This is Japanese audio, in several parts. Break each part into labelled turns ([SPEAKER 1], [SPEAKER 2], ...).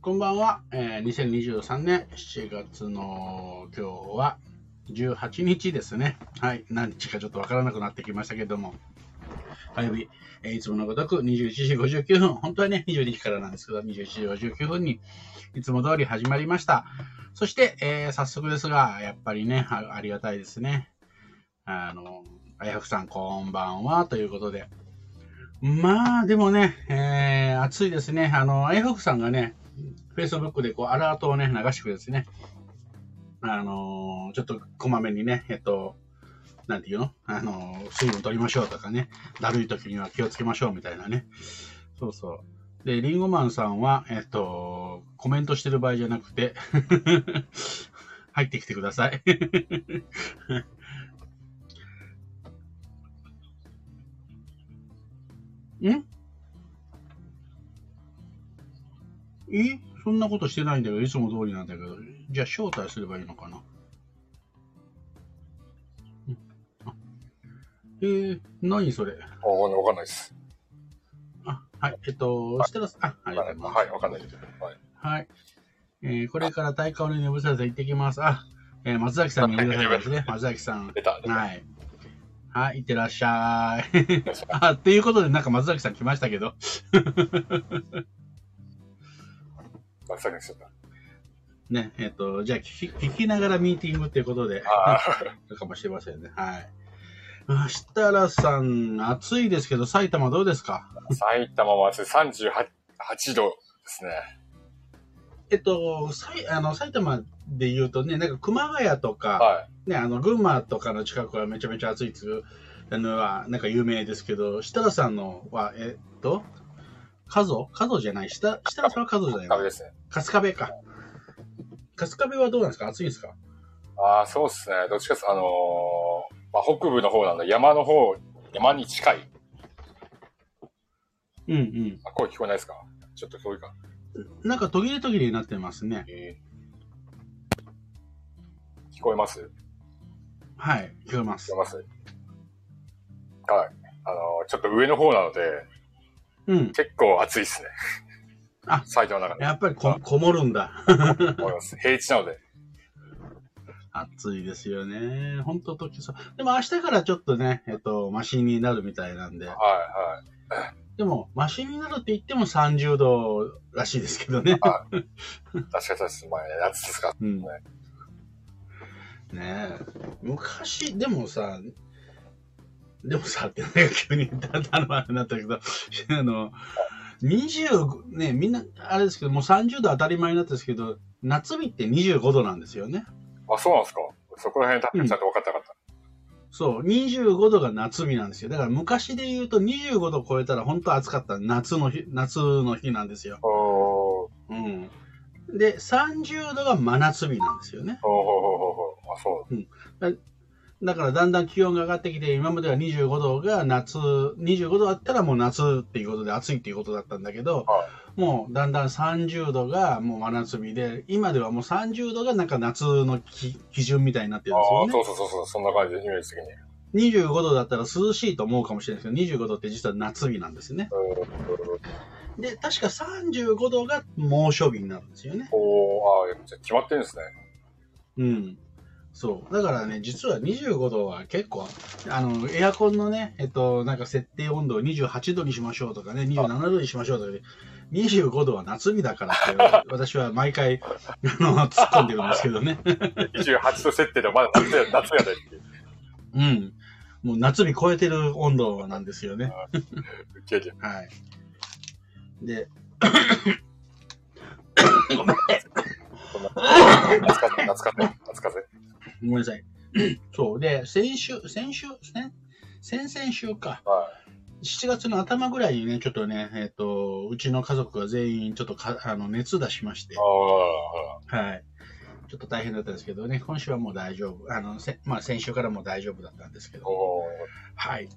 [SPEAKER 1] こんばんは、えー2023年7月の今日は18日ですね。はい、何日かちょっとわからなくなってきましたけども、火曜日、えーいつものごとく21時59分、本当はね、22時からなんですけど、21時59分にいつも通り始まりました。そして、えー早速ですが、やっぱりね、あありがたいですね。あの、あやふくさん、こんばんは、ということで。まあ、でもね、えー暑いですね。あの、あやふくさんがね、Facebook でこうアラートをね、流してくれるんですね。あのーちょっとこまめにね、えっと、なんていうのあのー水分取りましょうとかね、だるい時には気をつけましょうみたいなね。そうそう。で、リンゴマンさんは、えっと、コメントしてる場合じゃなくて、 入ってきてください。 んえそんなことしてないんだけど、いつも通りなんだけど、じゃあ招待すればいいのかな。うんあえー、何それ
[SPEAKER 2] あわかんないわかんないです。
[SPEAKER 1] あ、はい、えっと、
[SPEAKER 2] はい
[SPEAKER 1] 設楽さん、あ、ありが
[SPEAKER 2] は
[SPEAKER 1] と
[SPEAKER 2] い、
[SPEAKER 1] うございます。
[SPEAKER 2] わかんないです。はい。
[SPEAKER 1] はい。えー、これから大会に眠させ行ってきます。あ、えー、松崎さんに呼んでくださいですね。松崎さん。
[SPEAKER 2] 出た。出た
[SPEAKER 1] はい。はい、いってらっしゃい。 あ、っていうことで、なんか松崎さん来ましたけど。
[SPEAKER 2] 松崎さんだ。
[SPEAKER 1] ね、えっ、と、じゃあ聞き、聞きながらミーティングっていうことで。
[SPEAKER 2] あ
[SPEAKER 1] かもしれませんね。はい。あ設楽さん、暑いですけど、埼玉どうですか
[SPEAKER 2] あ、埼玉は38度ですね。
[SPEAKER 1] えっと、さいあの埼玉で言うとね、なんか熊谷とか、
[SPEAKER 2] は。
[SPEAKER 1] ね、あの群馬とかの近くはめちゃめちゃ暑いっていうのは、なんか有名ですけど、設楽さんのは、えっと、加藤加藤じゃない、下設楽さんは加藤じゃないい
[SPEAKER 2] ダメですね。
[SPEAKER 1] 春日部か。春日部はどうなんですか暑いんですか
[SPEAKER 2] ああ、そうですね。どっちかっすあのーまあ、北部の方なんで、山の方、山に近い。
[SPEAKER 1] うんうん。
[SPEAKER 2] あ、声聞こえないですかちょっと遠いか。
[SPEAKER 1] なんか途切れ途切れになってますね。
[SPEAKER 2] えー聞こえます聞
[SPEAKER 1] はい、聞こえます
[SPEAKER 2] こえ。ますはい。あのーちょっと上の方なので、
[SPEAKER 1] うん。
[SPEAKER 2] 結構暑いですね。
[SPEAKER 1] あ
[SPEAKER 2] 埼玉の中で。
[SPEAKER 1] やっぱりここもるんだ。
[SPEAKER 2] 思います。平地なので。
[SPEAKER 1] 暑いですよね。本当時そう。でも明日からちょっとね、えっと、マシンになるみたいなんで。
[SPEAKER 2] はい、
[SPEAKER 1] でも、マシンになるって言っても30度らしいですけどね。
[SPEAKER 2] はい。確かにそうです。前、夏ですか。
[SPEAKER 1] うん。ねえ。昔、でもさ、でもさ、ってなんか急にだんだんあれになったけど、あの、25、ね、みんな、あれですけど、もう30度当たり前になったんですけど、夏日って25度なんですよね。
[SPEAKER 2] あ、そうなんですか。そこら辺、多分ちゃんと分かった分かっ
[SPEAKER 1] そう、25度が夏日なんですよ。だから昔で言うと25度超えたら本当暑かった夏の日、夏の日なんですよ。
[SPEAKER 2] た。おー
[SPEAKER 1] うん。で、30度が真夏日なんですよね。
[SPEAKER 2] おーほうほうほうほう。あ、そう。
[SPEAKER 1] だからだんだん気温が上がってきて、今までは25度が夏、25度あったらもう夏っていうことで暑いっていうことだったんだけど、
[SPEAKER 2] は
[SPEAKER 1] もうだんだん30度がもう真夏日で、今ではもう30度がなんか夏のき基準みたいになってるんです
[SPEAKER 2] あ
[SPEAKER 1] よ
[SPEAKER 2] あ、
[SPEAKER 1] ね
[SPEAKER 2] そ。うそうそうそう、そんな感じで、イメージ的に。
[SPEAKER 1] 25度だったら涼しいと思うかもしれないですけど、25度って実は夏日なんですね。
[SPEAKER 2] うん
[SPEAKER 1] で、確か35度が猛暑日になるんですよね。
[SPEAKER 2] おーああ、じゃあ決まってるんですね。
[SPEAKER 1] うん。そう。だからね、実は25度は結構、あの、エアコンのね、えっと、なんか設定温度を28度にしましょうとかね、27度にしましょうとかね、25度は夏日だから って、私は毎回、あの、突っ込んでるんですけど ね。
[SPEAKER 2] 28度設定でまだ夏 や、夏やでっていう。
[SPEAKER 1] うん。もう夏日超えてる温度なんですよね。
[SPEAKER 2] ウケる。
[SPEAKER 1] はい。で、
[SPEAKER 2] そんな。夏風、夏風、夏風。
[SPEAKER 1] ごめんな さい。そう。で、先週、先週、ね、先々週か。
[SPEAKER 2] はい。
[SPEAKER 1] 7月の頭ぐらいにね、ちょっとね、えっ、と、うちの家族が全員ちょっとかあの熱出しまして、
[SPEAKER 2] ああ、
[SPEAKER 1] はい。ちょっと大変だったんですけどね、今週はもう大丈夫。あの、せまあ先週からもう大丈夫だったんですけど。
[SPEAKER 2] おー
[SPEAKER 1] はい。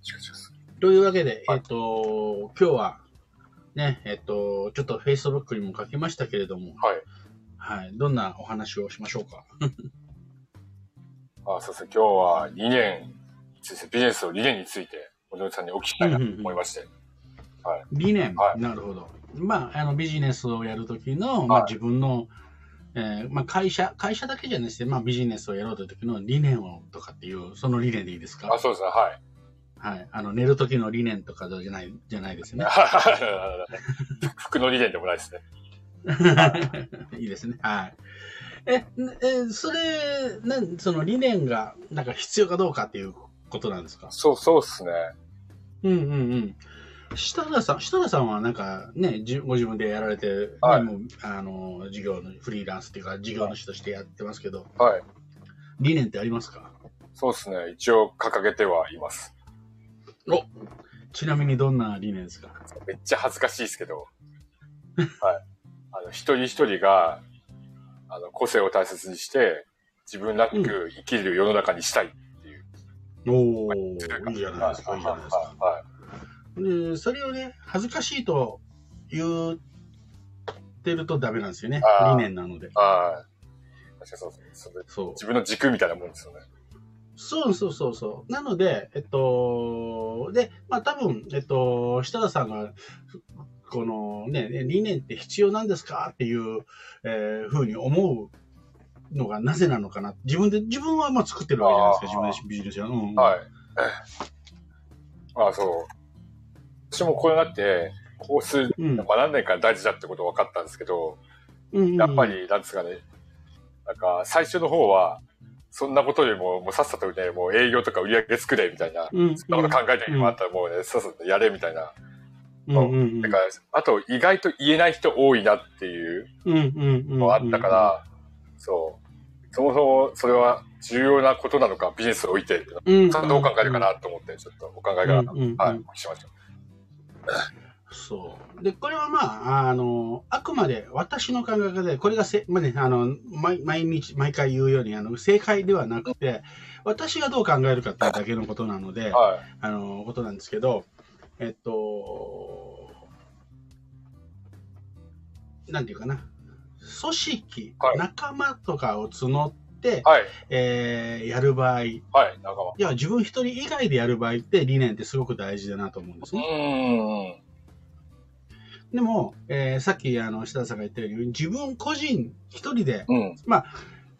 [SPEAKER 2] チクチクする
[SPEAKER 1] というわけで、
[SPEAKER 2] は
[SPEAKER 1] え
[SPEAKER 2] い
[SPEAKER 1] っ、と、今日は、ね、えっ、と、ちょっと Facebook にも書きましたけれども、
[SPEAKER 2] はい。
[SPEAKER 1] はい。どんなお話をしましょうか。
[SPEAKER 2] あーそうですね。今日は理念について、ビジネスの理念について、お嬢さんにお聞きしたいなと思いまして。
[SPEAKER 1] 理念。
[SPEAKER 2] はい
[SPEAKER 1] なるほど。まあ、あのビジネスをやる時の、まあ、
[SPEAKER 2] はい
[SPEAKER 1] 自分の、えーまあ、会社、会社だけじゃなくて、まあ、ビジネスをやろうという時の理念をとかっていう、その理念でいいです
[SPEAKER 2] あ、
[SPEAKER 1] か
[SPEAKER 2] そうですね、はい。
[SPEAKER 1] はい。あの、寝る時の理念とかじゃない、じゃないですね。
[SPEAKER 2] 服の理念でもないですね。
[SPEAKER 1] いいですね。はい。え、ねえ、それ、なん、その理念が、なんか必要かどうかっていうことなんですか
[SPEAKER 2] そう、そうですね。
[SPEAKER 1] うんうんうん。設楽さん、設楽さんはなんかね、じご自分でやられて、ね
[SPEAKER 2] はい
[SPEAKER 1] もうあの、事業の、フリーランスっていうか、事業主としてやってますけど、
[SPEAKER 2] はい。
[SPEAKER 1] 理念ってありますか
[SPEAKER 2] そうですね。一応掲げてはいます。
[SPEAKER 1] ちなみにどんな理念ですか
[SPEAKER 2] めっちゃ恥ずかしいですけ ど。はい。あの、一人一人が、あの、個性を大切にして、自分らしく生きる世の中にしたいっていう。
[SPEAKER 1] おおいいじゃないですか、いいじゃないですか。
[SPEAKER 2] はい。
[SPEAKER 1] で、それをね、恥ずかしいと言ってるとダメなんですよね
[SPEAKER 2] あ。
[SPEAKER 1] 理
[SPEAKER 2] ー
[SPEAKER 1] 念なので。
[SPEAKER 2] はい。確かにそうですね。それ
[SPEAKER 1] そう。
[SPEAKER 2] 自分の軸みたいなもんですよね。
[SPEAKER 1] そうそうそうそう。なので、えっと、で、まあ多分、えっと、設楽さんが、このね、理念って必要なんですかっていう、えーふうに思うのがなぜなのかな。自分で、自分はまあ作ってるわけじゃないですか、
[SPEAKER 2] あ
[SPEAKER 1] 自分
[SPEAKER 2] ー
[SPEAKER 1] でビジネスや。うん、
[SPEAKER 2] はい。ああ、そう。私もこれになって、こうする、
[SPEAKER 1] い。うん。
[SPEAKER 2] まあ何年か大事だってこと分かったんですけど、
[SPEAKER 1] うんうん
[SPEAKER 2] やっぱ。り、なんですかね、なんか、最初の方は、そんなことよりも、もうさっさとね、もう営業とか売り上げ作れみたいな、
[SPEAKER 1] うん、うん。
[SPEAKER 2] そんなこと考えてるもあったらもうね、さっさとやれみたいな。
[SPEAKER 1] うんうん
[SPEAKER 2] だから、あと意外と言えない人多いなっていう
[SPEAKER 1] うんうんうん。
[SPEAKER 2] のがあったから、そう。そもそもそれは重要なことなのか、ビジネスを置いて、
[SPEAKER 1] うん、うんうん。
[SPEAKER 2] さあどう考えるかなと思って、ちょっとお考えが、
[SPEAKER 1] うんうんうん
[SPEAKER 2] はい、お聞きしました。
[SPEAKER 1] そう。で、これはまあ、あの、あくまで私の考え方で、これがせ、まあね、あの、毎毎日、毎回言うように、あの、正解ではなくて、私がどう考えるかっていうだけのことなので、
[SPEAKER 2] はい。
[SPEAKER 1] あの、ことなんですけど、えっと、なんていうかな、組織、
[SPEAKER 2] はい
[SPEAKER 1] 仲間とかを募って、
[SPEAKER 2] はい、
[SPEAKER 1] えーやる場合、い
[SPEAKER 2] はい、仲間。
[SPEAKER 1] や、自分一人以外でやる場合って理念ってすごく大事だなと思うんです
[SPEAKER 2] う
[SPEAKER 1] ね。
[SPEAKER 2] ーん。
[SPEAKER 1] でも、えーさっきあの設田さんが言ったように自分個人一人で
[SPEAKER 2] うん。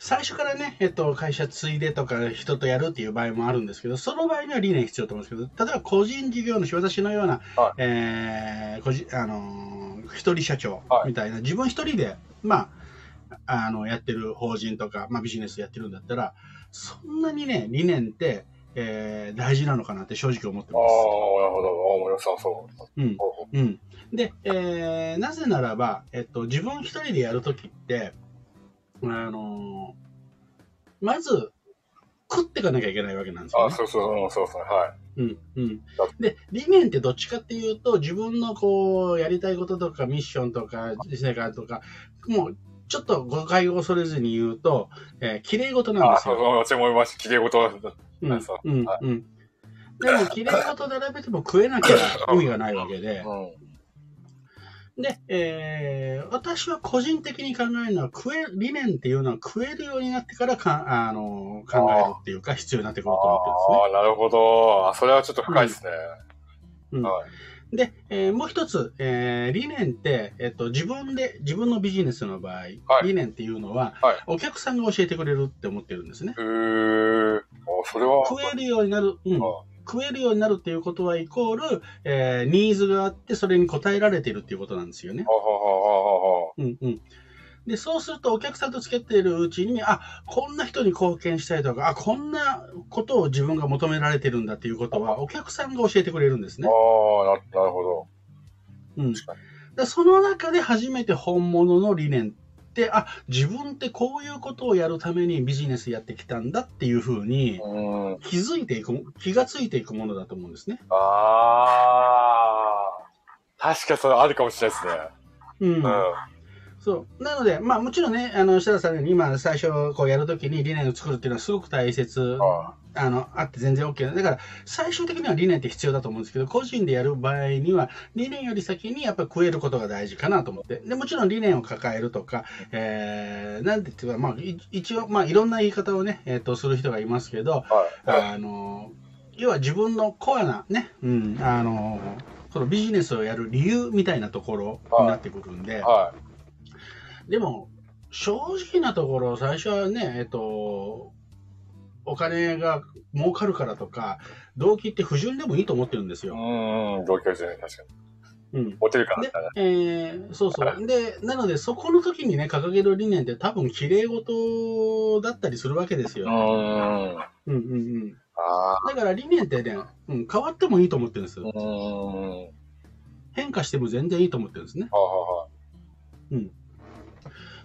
[SPEAKER 1] 最初からね、えっと、会社継いでとか人とやるっていう場合もあるんですけどその場合には理念必要と思うんですけど例えば個人事業主私のような、
[SPEAKER 2] は
[SPEAKER 1] えー個人あのー一人社長
[SPEAKER 2] はい
[SPEAKER 1] みたいな、自分一人で、まあ、あのやってる法人とか、まあ、ビジネスやってるんだったらそんなにね理念って、えー大事なのかなって正直思って
[SPEAKER 2] ああ、
[SPEAKER 1] ます。
[SPEAKER 2] なるほど。ああ、森本さん、そう。
[SPEAKER 1] うん
[SPEAKER 2] ほうほう
[SPEAKER 1] うん、で、えーなぜならば、えっと、自分一人でやるときって、あのーまず食っていかなきゃいけないわけなんです
[SPEAKER 2] あ
[SPEAKER 1] よ、
[SPEAKER 2] あ、
[SPEAKER 1] ね
[SPEAKER 2] そうそう、うん、そうそう、は
[SPEAKER 1] うんうん。で、理念ってどっちかっていうと、自分のこうやりたいこととか、ミッションとか、成果とか、もうちょっと誤解を恐れずに言うと、えー、綺麗事
[SPEAKER 2] い。
[SPEAKER 1] なん
[SPEAKER 2] ああ、
[SPEAKER 1] です
[SPEAKER 2] そう
[SPEAKER 1] よ。
[SPEAKER 2] そう、私も思いました。きれいごと。
[SPEAKER 1] うん
[SPEAKER 2] そう
[SPEAKER 1] うん
[SPEAKER 2] はい
[SPEAKER 1] うんでも、綺麗事並べても食えなきゃ意味がないわけ で。
[SPEAKER 2] うん。
[SPEAKER 1] で、えー私は個人的に考えるのは食え、理念っていうのは食えるようになってからかあの考えるっていうか、必要になってくると思
[SPEAKER 2] ああ、なるほど。あ、それはちょっと深いですね。
[SPEAKER 1] うんうん
[SPEAKER 2] はい。
[SPEAKER 1] ってるんですね。で、えーもう一つ、えー理念って、えっと、自分で、自分のビジネスの場合、
[SPEAKER 2] はい
[SPEAKER 1] 理念っていうのは、
[SPEAKER 2] はい
[SPEAKER 1] お客さんが教えてくれるって思ってるんですね。
[SPEAKER 2] うーん。あ、それは。
[SPEAKER 1] 食えるようになる、うん
[SPEAKER 2] あ
[SPEAKER 1] 食えるようになるっていうことは、イコール、えーニーズがあって、それに応えられてるっていうことなんですよね。
[SPEAKER 2] あ、ははは
[SPEAKER 1] うんうん。で、そうするとお客さんと付き合っているうちに、あ、こんな人に貢献したいとか、あ、こんなことを自分が求められてるんだっていうことは、お客さんが教えてくれるんですね。
[SPEAKER 2] はあ。ああ、ななるほど。
[SPEAKER 1] うん。
[SPEAKER 2] 確かに。
[SPEAKER 1] でその中で初めて本物の理念って、あ、自分ってこういうことをやるためにビジネスやってきたんだっていうふうに
[SPEAKER 2] うーん。
[SPEAKER 1] 気づいていく、気がついていくものだと思うんですね。
[SPEAKER 2] ああ。確かにそれあるかもしれないですね。
[SPEAKER 1] うん
[SPEAKER 2] う。ん。
[SPEAKER 1] そう。なので、まあもちろんね、あの、設楽さんのように今最初こうやるときに理念を作るっていうのはすごく大切
[SPEAKER 2] あ
[SPEAKER 1] あのあって全然 OK だから最終的には理念って必要だと思うんですけど個人でやる場合には理念より先にやっぱり食えることが大事かなと思ってでもちろん理念を抱えるとか、えー、なんて言うか、まあ、い一応、まあ、いろんな言い方をね、えー、とする人がいますけど
[SPEAKER 2] あはい。
[SPEAKER 1] あの要は自分のコアなね、うん、あのそのビジネスをやる理由みたいなところになってくるんで、
[SPEAKER 2] は
[SPEAKER 1] でも、正直なところ、最初はね、えっと、お金が儲かるからとか、動機って不純でもいいと思ってるんです
[SPEAKER 2] い。う
[SPEAKER 1] よ。
[SPEAKER 2] ん、同居ですね、確かに。
[SPEAKER 1] うん。
[SPEAKER 2] モテるからみたいな。
[SPEAKER 1] えーそうそう。で、なので、そこの時にね、掲げる理念って多分、綺麗事だったりするわけです
[SPEAKER 2] う
[SPEAKER 1] よ。
[SPEAKER 2] ん。あ
[SPEAKER 1] うんうんうん。
[SPEAKER 2] あ
[SPEAKER 1] だから理念ってね、うん、変わってもいいと思ってるんです
[SPEAKER 2] ー。う。ん。は
[SPEAKER 1] 変化しても全然いいと思ってるんですね。
[SPEAKER 2] あは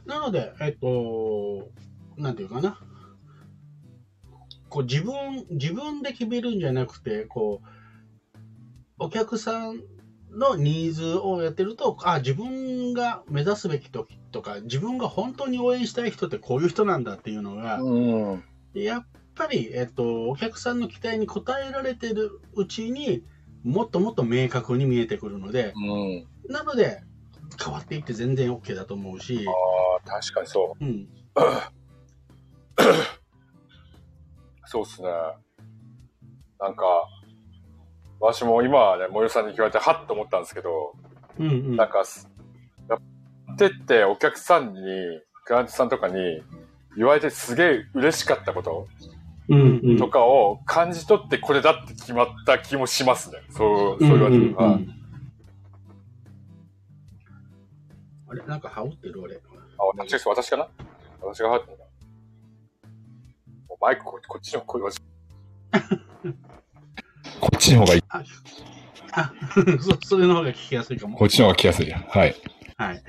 [SPEAKER 1] なので、えっと、なんていうかな。こう自分、自分で決めるんじゃなくて、こう、お客さんのニーズをやってると、あ、自分が目指すべき時とか、自分が本当に応援したい人ってこういう人なんだっていうのが
[SPEAKER 2] あ。、うん。
[SPEAKER 1] やっぱり、えっと、お客さんの期待に応えられてるうちに、もっともっと明確に見えてくるので、
[SPEAKER 2] うん。
[SPEAKER 1] なので、変わっていって全然 OK だと思うし
[SPEAKER 2] あ、あ、確かにそう。
[SPEAKER 1] うん、
[SPEAKER 2] そうっすね。なんか、私も今ね、森尾さんに聞かれて、はっと思ったんですけど、
[SPEAKER 1] うんうん
[SPEAKER 2] なんかす、やってってお客さんに、クライアントさんとかに言われてすげえ嬉しかったこと
[SPEAKER 1] うんうん
[SPEAKER 2] とかを感じ取ってこれだって決まった気もしますね。そう、そう言われて
[SPEAKER 1] うんうんう
[SPEAKER 2] る。
[SPEAKER 1] ん
[SPEAKER 2] はい
[SPEAKER 1] あれなんか羽織ってる俺。
[SPEAKER 2] あ、私です、私かな私が入ってるな。もうマイクここっちの声を。 こっちの方がいい。
[SPEAKER 1] あ、あ そそれの方が聞きやすいかも。
[SPEAKER 2] っちの方が来やすい。はい。
[SPEAKER 1] はい。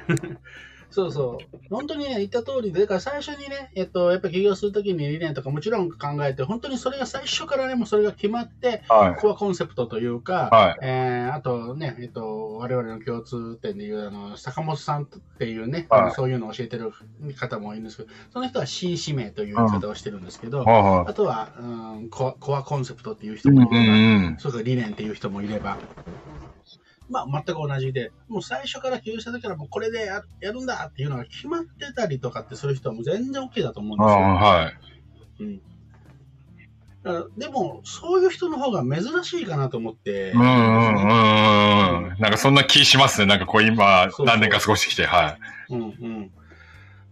[SPEAKER 1] そうそう。本当にね、言った通りで、だから最初にね、えっと、やっぱ起業するときに理念とかもちろん考えて、本当にそれが最初からね、もうそれが決まって、
[SPEAKER 2] はい。
[SPEAKER 1] コアコンセプトというか、
[SPEAKER 2] はい。
[SPEAKER 1] えーあとね、えっと、我々の共通点でいう、あの、坂本さんっていうね、
[SPEAKER 2] はい
[SPEAKER 1] あのそういうのを教えてる方もいるんですけど、その人は新使命という言い方をしてるんですけど、
[SPEAKER 2] は
[SPEAKER 1] あとは、うん、コアコアコンセプトっていう
[SPEAKER 2] い。
[SPEAKER 1] 人もいれば、
[SPEAKER 2] ん。
[SPEAKER 1] そうか理念っていう人もいれば、まあ、全く同じで、もう最初から起業した時から、もうこれでややるんだっていうのが決まってたりとかってする人はもう全然 OK だと思うんですよ。
[SPEAKER 2] はい。
[SPEAKER 1] うんだからでも、そういう人の方が珍しいかなと思って、
[SPEAKER 2] うんうんうんうん。なんかそんな気しますね。なんかこう今、
[SPEAKER 1] そう
[SPEAKER 2] 何年か過ごしてきて、はい。
[SPEAKER 1] うん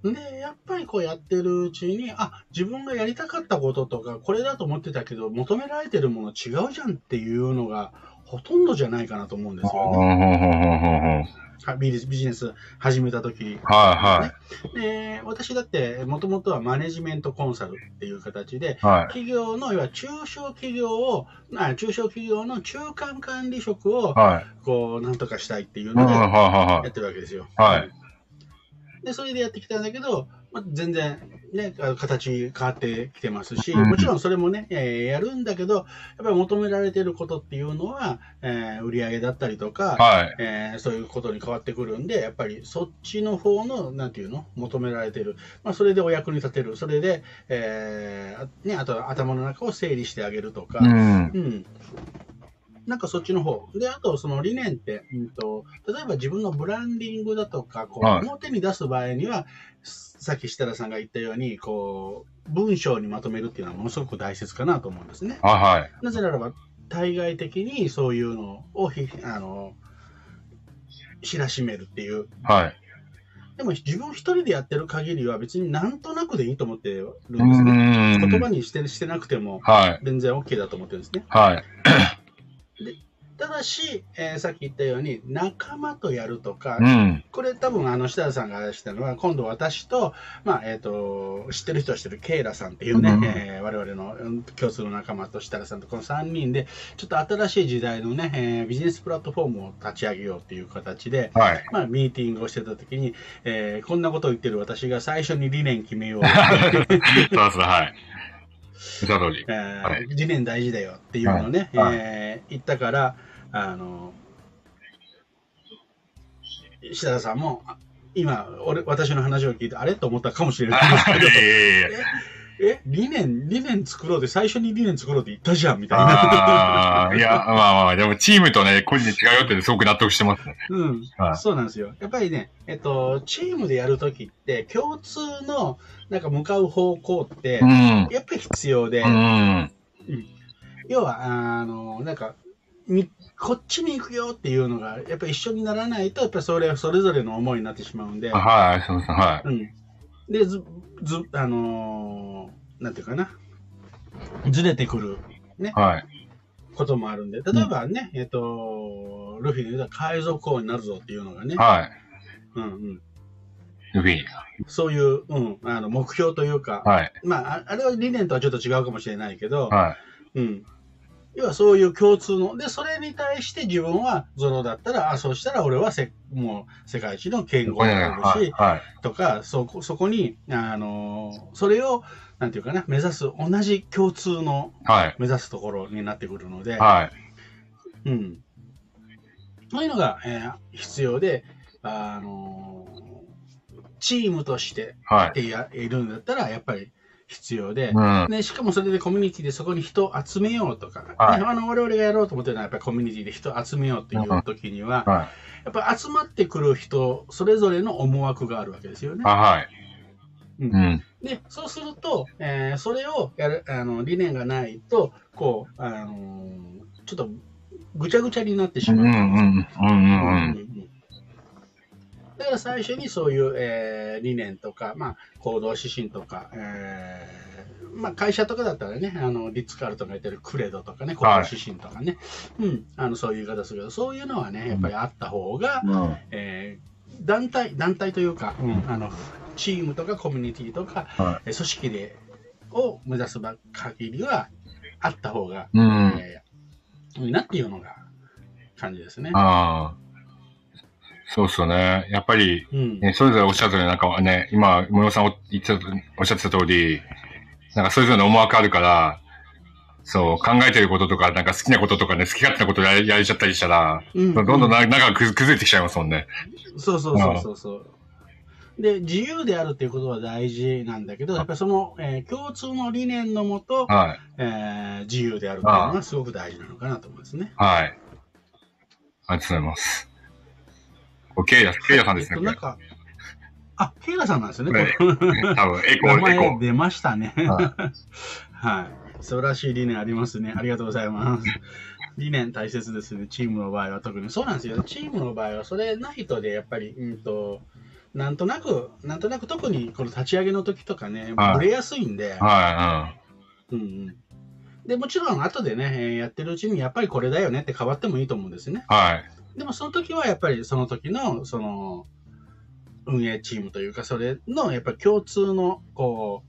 [SPEAKER 1] うん。で、やっぱりこうやってるうちに、あ、自分がやりたかったこととか、これだと思ってたけど、求められてるもの違うじゃんっていうのが、ほとんどじゃないかなと思うんですよね。
[SPEAKER 2] んうんうんうんうん。
[SPEAKER 1] はビジビジネス始めた時。
[SPEAKER 2] はい
[SPEAKER 1] で、私だって、もともとはマネジメントコンサルっていう形で、
[SPEAKER 2] い。は
[SPEAKER 1] 企業の、要は中小企業を、あ中小企業の中間管理職を
[SPEAKER 2] い。、はい。
[SPEAKER 1] こう、なんとかしたいっていう
[SPEAKER 2] うん
[SPEAKER 1] の
[SPEAKER 2] うん
[SPEAKER 1] で、
[SPEAKER 2] はいは
[SPEAKER 1] やってるわけですよ。
[SPEAKER 2] はい
[SPEAKER 1] で、それでやってきたんだけど、まあ、全然、ね、あの形変わってきてますし、
[SPEAKER 2] うん
[SPEAKER 1] もちろんそれもね、えーやるんだけど、やっぱり求められてることっていうのは、えー売り上げだったりとか、
[SPEAKER 2] い。はい。
[SPEAKER 1] えーそういうことに変わってくるんで、やっぱりそっちの方の、なんていうの、求められてる、まあ、それでお役に立てる、それで、えーあね、あと頭の中を整理してあげるとか、
[SPEAKER 2] ん。
[SPEAKER 1] うん。なんかそっちの方。で、あとその理念って、うん、と例えば自分のブランディングだとか、こう
[SPEAKER 2] はい
[SPEAKER 1] 表に出す場合には、さっき設楽さんが言ったように、こう、文章にまとめるっていうのはものすごく大切かなと思うんですね。
[SPEAKER 2] はいはい。
[SPEAKER 1] なぜならば、対外的にそういうのをひ、あの、知らしめるっていう。
[SPEAKER 2] はい。
[SPEAKER 1] でも自分一人でやってる限りは別になんとなくでいいと思ってるん
[SPEAKER 2] う
[SPEAKER 1] ですね。
[SPEAKER 2] ん
[SPEAKER 1] 言葉にしてしてなくても
[SPEAKER 2] はい。
[SPEAKER 1] 全然 OK だと思ってるんですね。
[SPEAKER 2] はい。
[SPEAKER 1] ただし、えーさっき言ったように、仲間とやるとか、
[SPEAKER 2] うん。
[SPEAKER 1] これ多分、あの、設楽さんがしたのは、今度私と、まあ、えっ、と、知ってる人は知ってるケイラさんっていうね、
[SPEAKER 2] うん
[SPEAKER 1] えー我々のうん共通の仲間と設楽さんとこの3人で、ちょっと新しい時代のね、えービジネスプラットフォームを立ち上げようっていう形で、
[SPEAKER 2] はい。
[SPEAKER 1] まあ、ミーティングをしてた時に、えーこんなことを言ってる私が最初に理念決めよう。
[SPEAKER 2] そうですね、はい。見た通り。
[SPEAKER 1] えー
[SPEAKER 2] はい
[SPEAKER 1] 理念大事だよっていうのをね、
[SPEAKER 2] はい
[SPEAKER 1] えー言ったから、あの、設楽さんも、あ今、俺、私の話を聞いて、あれと思ったかもしれないですけど
[SPEAKER 2] ええ。
[SPEAKER 1] え、理念、理念作ろうで、最初に理念作ろうって言ったじゃん、みたいな。
[SPEAKER 2] ああ、いや、まあまあ、でもチームとね、個人で違うよってすごく納得してますね。
[SPEAKER 1] うん
[SPEAKER 2] は、い
[SPEAKER 1] そうなんですよ。やっぱりね、えっと、チームでやるときって、共通の、なんか向かう方向って、
[SPEAKER 2] ん。
[SPEAKER 1] やっぱり必要で、
[SPEAKER 2] うん。
[SPEAKER 1] 要は、あの、なんか、みこっちに行くよっていうのが、やっぱ一緒にならないと、やっぱりそれ、それぞれの思いになってしまうんで、
[SPEAKER 2] はい、すみません。は
[SPEAKER 1] うん。で、ず、ず、あのーなんていうかな、ずれてくる
[SPEAKER 2] い。はい。
[SPEAKER 1] こともあるんで、例えばね、えっと、ルフィで言うと海賊王になるぞっていうのがね、
[SPEAKER 2] は
[SPEAKER 1] うんうん、
[SPEAKER 2] い。ルフィ。
[SPEAKER 1] そういう、うん、あの目標というか、
[SPEAKER 2] はい。
[SPEAKER 1] まあ、ああれは理念とはちょっと違うかもしれないけど、
[SPEAKER 2] は
[SPEAKER 1] うん。要はそういう共通の、で、それに対して自分はゾロだったら、あ、そうしたら俺はせもう世界一の
[SPEAKER 2] い。
[SPEAKER 1] 健
[SPEAKER 2] ここ
[SPEAKER 1] 康
[SPEAKER 2] に
[SPEAKER 1] に
[SPEAKER 2] あ
[SPEAKER 1] な
[SPEAKER 2] る
[SPEAKER 1] るし、
[SPEAKER 2] はい。はい。
[SPEAKER 1] とか、そこ、そこに、あのーそれを、なんていうかな、目指す、同じ共通の
[SPEAKER 2] はい。
[SPEAKER 1] 目指すところになってくるので、
[SPEAKER 2] はい。
[SPEAKER 1] うん。そういうのが、えー必要で、あのーチームとして
[SPEAKER 2] はい。
[SPEAKER 1] ってやいるんだったら、やっぱり必要で、
[SPEAKER 2] うん。
[SPEAKER 1] ね、しかもそれでコミュニティでそこに人を集めようとか、
[SPEAKER 2] はい
[SPEAKER 1] ねあの我々がやろうと思ってるのはやっぱりコミュニティで人を集めようっていう時には、
[SPEAKER 2] はい。
[SPEAKER 1] やっぱ集まってくる人それぞれの思惑があるわけですよね。
[SPEAKER 2] あ、はい。
[SPEAKER 1] う
[SPEAKER 2] うんん。
[SPEAKER 1] でそうすると、えーそれをやるあの理念がないとこう、あのーちょっとぐちゃぐちゃになってし
[SPEAKER 2] うん。う
[SPEAKER 1] まう。
[SPEAKER 2] ん。うん。うん。うん。
[SPEAKER 1] だから最初にそういう、えー理念とか、まあ、行動指針とか、えーまあ、会社とかだったらねあのリッツ・カールトンが言ってるクレドとかね行動
[SPEAKER 2] はい
[SPEAKER 1] 指針とかね、うん、あのそういう言い方するけどそういうのはねやっぱりあった方が、
[SPEAKER 2] うん
[SPEAKER 1] えー団体団体というか、うんあのチームとかコミュニティとか、
[SPEAKER 2] は
[SPEAKER 1] えー組織でを目指すば限りはあった方が、
[SPEAKER 2] うん。
[SPEAKER 1] えーいいなっていうのが感じですね。
[SPEAKER 2] ああ。そうっすよね。やっぱり、
[SPEAKER 1] うん
[SPEAKER 2] ね、それぞれおっしゃったように、なんかね、今、室尾さんお言ってたおっしゃってた通り、なんかそれぞれの思惑あるから、そう、考えてることとか、なんか好きなこととかね、好き勝手なことやれやれちゃったりしたら、
[SPEAKER 1] うん
[SPEAKER 2] どんどんな中がくず崩れてきちゃいますもんね。
[SPEAKER 1] そうそうそうそうそう。で、自由であるっていうことは大事なんだけど、やっぱりその、えー共通の理念のもと、
[SPEAKER 2] はい。
[SPEAKER 1] えー自由であるっていうのはすごく大事なのかなと思いますね。
[SPEAKER 2] はい。ありがとうございます。おケイラ、ケイラさんですね、
[SPEAKER 1] えっ
[SPEAKER 2] こと
[SPEAKER 1] な
[SPEAKER 2] れ
[SPEAKER 1] ん。か、あ、ケイラさんなんですね。
[SPEAKER 2] これ
[SPEAKER 1] この
[SPEAKER 2] 多分、エ
[SPEAKER 1] 名
[SPEAKER 2] コー、エコ
[SPEAKER 1] 前
[SPEAKER 2] ー。
[SPEAKER 1] 出ましたね。
[SPEAKER 2] は
[SPEAKER 1] はい。素晴らしい理念ありますね。ありがとうござい ます。理念大切ですね。チームの場合は特に。そうなんですよね。チームの場合は、それないとで、やっぱり、うんと、なんとなく、なんとなく特にこの立ち上げの時とかね、
[SPEAKER 2] はい
[SPEAKER 1] ぶれやすいんで、
[SPEAKER 2] は
[SPEAKER 1] うんうん。で、もちろん後でね、えーやってるうちにやっぱりこれだよねって変わってもいいと思うんですね。
[SPEAKER 2] い、うん。はい。
[SPEAKER 1] でもその時はやっぱりその時の、その、運営チームというか、それのやっぱり共通の、こ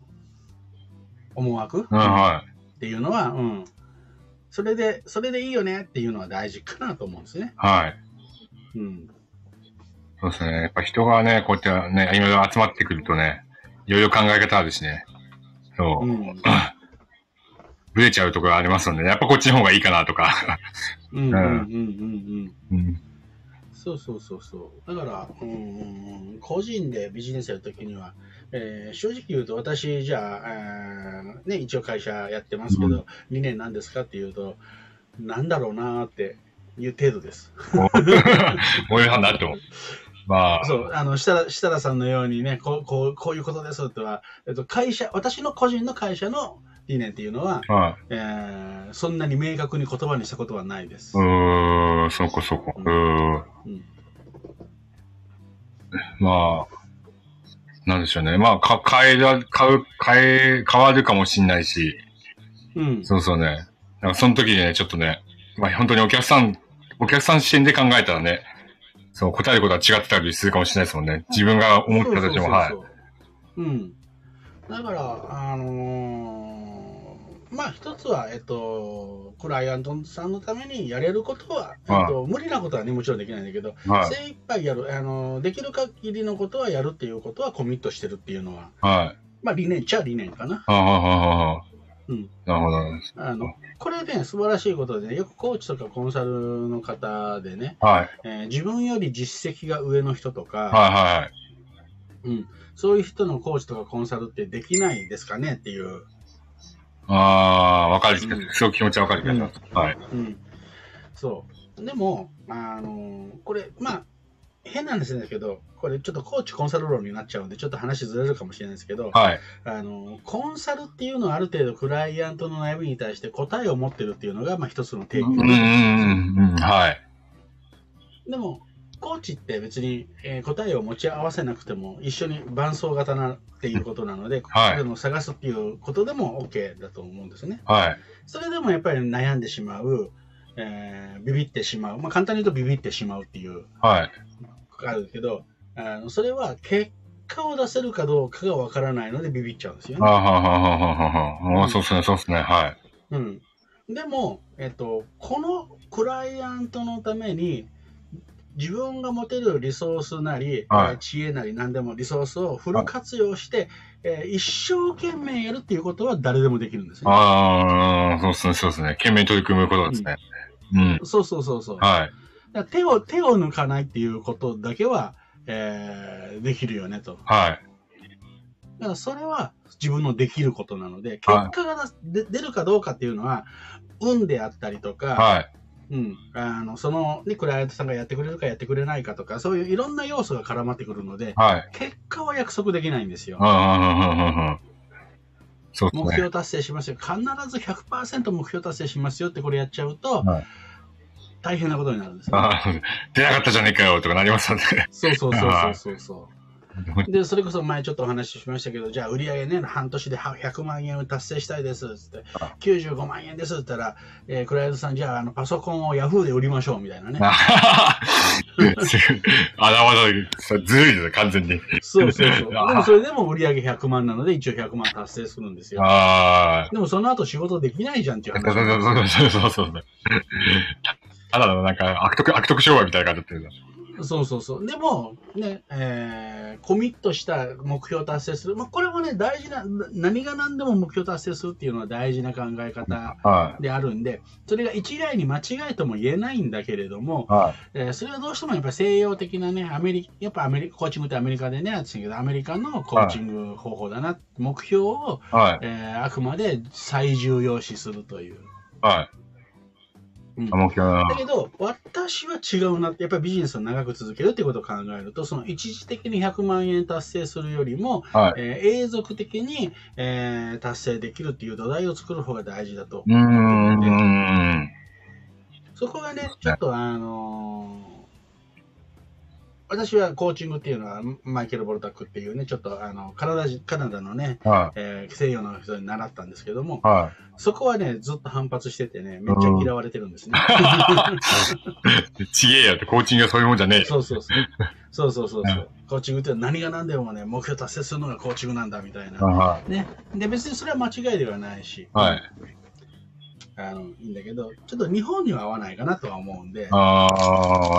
[SPEAKER 1] う、思惑、
[SPEAKER 2] うん、は
[SPEAKER 1] っていうのは、うん。それで、それでいいよねっていうのは大事かなと思うんですね
[SPEAKER 2] い。。はい。
[SPEAKER 1] うん。
[SPEAKER 2] そうですね。やっぱ人がね、こうやってね、いろいろ集まってくるとね、いろいろ考え方あるしね。そうう。
[SPEAKER 1] ん。
[SPEAKER 2] ぶれちゃうところありますので、やっぱこっちの方がいいかなとか。
[SPEAKER 1] うん。うん。うん。うん。
[SPEAKER 2] うん。
[SPEAKER 1] そうそうそうそう。だから、うん、個人でビジネスやるときには、えー正直言うと、私、じゃあ、えーね、一応会社やってますけど、
[SPEAKER 2] う
[SPEAKER 1] 理念なんですかっていうと、なんだろうなーっていう程度です。
[SPEAKER 2] こう こういう判断あっても。まあ、
[SPEAKER 1] そう、あの、設楽設楽さんのようにね、こう、こう、こういうことですとは、えっと、会社、私の個人の会社の理念っていうのは、
[SPEAKER 2] は
[SPEAKER 1] えーそんなに明確に言葉にしたことはないです。
[SPEAKER 2] い。うーん、そこそこ。うーん。
[SPEAKER 1] うん
[SPEAKER 2] まあ、なんでしょうね。まあ、か、変えら、買う、変え、変わるかもしんないし、
[SPEAKER 1] うん
[SPEAKER 2] そうそうね。なんかその時にね、ちょっとね、まあ本当にお客さん、お客さん視点で考えたらね、そう、答えることは違ってたりするかもしれないですもんね。自分が思ってたとしても、はい。
[SPEAKER 1] そうそうそうそううん。だから、あのーまあ一つは、えっと、クライアントさんのためにやれることは、
[SPEAKER 2] はい
[SPEAKER 1] えっと、無理なことはね、もちろんできないんだけど、
[SPEAKER 2] はい。
[SPEAKER 1] 精一杯やる、あのーできる限りのことはやるっていうことはコミットしてるっていうのは、
[SPEAKER 2] はい。
[SPEAKER 1] まあ理念っちゃ理念かな。
[SPEAKER 2] ああ、ああ、ああ。
[SPEAKER 1] うん
[SPEAKER 2] なるほど。
[SPEAKER 1] あの、これね、素晴らしいことでね、よくコーチとかコンサルの方でね、
[SPEAKER 2] はい。
[SPEAKER 1] えー自分より実績が上の人とか、
[SPEAKER 2] はい、はい。
[SPEAKER 1] うん、そういう人のコーチとかコンサルってできないですかねっていう、
[SPEAKER 2] ああ、わかる気がす
[SPEAKER 1] う
[SPEAKER 2] る。すごく気持ちはわかる気がします。はい。
[SPEAKER 1] うん、そうでも、あのーこれまあ変な話ですけど、これちょっとコーチコンサル論になっちゃうんで、ちょっと話ずれるかもしれないですけど、
[SPEAKER 2] はい。
[SPEAKER 1] あのコンサルっていうのはある程度クライアントの悩みに対して答えを持ってるっていうのが、まあ、一つの定義、
[SPEAKER 2] うんうんうんうん。はい。
[SPEAKER 1] でもコーチって別に、えー答えを持ち合わせなくても一緒に伴走型なっていうことなので、
[SPEAKER 2] はい
[SPEAKER 1] そういうのを探すっていうことでも OK だと思うんですね。
[SPEAKER 2] はい。
[SPEAKER 1] それでもやっぱり悩んでしまう、えービビってしまう、まあ、簡単に言うとビビってしまうっていう
[SPEAKER 2] はい。
[SPEAKER 1] あるけどあのそれは結果を出せるかどうかがわからないのでビビっちゃうんですよね
[SPEAKER 2] あ。はははははは。あそうっすね、そうっすね。はい。
[SPEAKER 1] うん、でも、えっと、このクライアントのために自分が持てるリソースなり、
[SPEAKER 2] はい
[SPEAKER 1] えー知恵なり何でもリソースをフル活用して、えー一生懸命やるっていうことは誰でもできるんですね。
[SPEAKER 2] ああ、そうっすね、そうっすね。懸命に取り組むことですね。うん。
[SPEAKER 1] そうそうそうそう。
[SPEAKER 2] はい。
[SPEAKER 1] だから手を手を抜かないっていうことだけは、えーできるよねと。
[SPEAKER 2] はい。
[SPEAKER 1] だからそれは自分のできることなので、結
[SPEAKER 2] はい
[SPEAKER 1] 果が出出るかどうかっていうのは、運であったりとか、
[SPEAKER 2] はい。
[SPEAKER 1] うん、あのその、ね、クライアントさんがやってくれるかやってくれないかとか、そういういろんな要素が絡まってくるので、
[SPEAKER 2] はい。
[SPEAKER 1] 結果は約束できないんですよ
[SPEAKER 2] う。んうんうんうんうんうん。そうっす
[SPEAKER 1] 目
[SPEAKER 2] ね。
[SPEAKER 1] 標達成しますよ、必ず100%目標達成しますよってこれやっちゃうと、
[SPEAKER 2] はい
[SPEAKER 1] 大変なことになるんですね。
[SPEAKER 2] あー出なかったじゃねえかよとかなりますよね。
[SPEAKER 1] そうそうそうそうそうそう。で、それこそ前ちょっとお話ししましたけど、じゃあ売り上げね、半年では100万円を達成したいですっつって、95万円ですって言ったら、えークライアントさん、じゃああのパソコンをヤフーで売りましょうみたいなね。
[SPEAKER 2] あらわざる、ずるいですね、完全に。
[SPEAKER 1] そうそう そう。で
[SPEAKER 2] あー
[SPEAKER 1] もそれでも売り上げ100万なので、一応100万達成するんですよ。
[SPEAKER 2] ああ。
[SPEAKER 1] でもその後仕事できないじゃんっていう
[SPEAKER 2] そう
[SPEAKER 1] 話。
[SPEAKER 2] そうそうそうそう。ただのなんか悪徳、悪徳商売みたいな感じだったよね
[SPEAKER 1] そうそうそう。でも、ね、えーコミットした目標達成する。まあ、これもね、大事な、な何が何でも目標達成するっていうのは大事な考え方
[SPEAKER 2] は
[SPEAKER 1] であるんで、それが一概に間違いとも言えないんだけれども
[SPEAKER 2] い。、は
[SPEAKER 1] えーそれはどうしてもやっぱ西洋的なね、アメリやっぱアメリコーチングってアメリカでね、あったけど、アメリカのコーチング方法だな、目標を
[SPEAKER 2] い。はい。
[SPEAKER 1] えーあくまで最重要視するという。
[SPEAKER 2] はい。
[SPEAKER 1] うん
[SPEAKER 2] あ、目標だ
[SPEAKER 1] だけど、私は違うなって、やっぱりビジネスを長く続けるっていうことを考えると、その一時的に100万円達成するよりも、
[SPEAKER 2] な。はい。
[SPEAKER 1] えー永続的に、えー達成できるっていう土台を作る方が大事だと
[SPEAKER 2] う。ーん。
[SPEAKER 1] そこがね、ちょっとあのー私はコーチングっていうのは、マイケル・ボルタックっていうね、ちょっとあのカナダ人カナダのね、
[SPEAKER 2] は
[SPEAKER 1] えー西洋の人に習ったんですけども
[SPEAKER 2] い。、は
[SPEAKER 1] そこはね、ずっと反発しててね、めっちゃ嫌われてるんですね。
[SPEAKER 2] い。ちげえよって、コーチングはそういうもんじゃねえよ。
[SPEAKER 1] そうそうそう。そうそうそうそう。コーチングって何が何でもね、目標達成するのがコーチングなんだみたいな。
[SPEAKER 2] は
[SPEAKER 1] ね。で、別にそれは間違いではないし、
[SPEAKER 2] い。はい。
[SPEAKER 1] あの、いいんだけど、ちょっと日本には合わないかなとは思うんで、
[SPEAKER 2] あ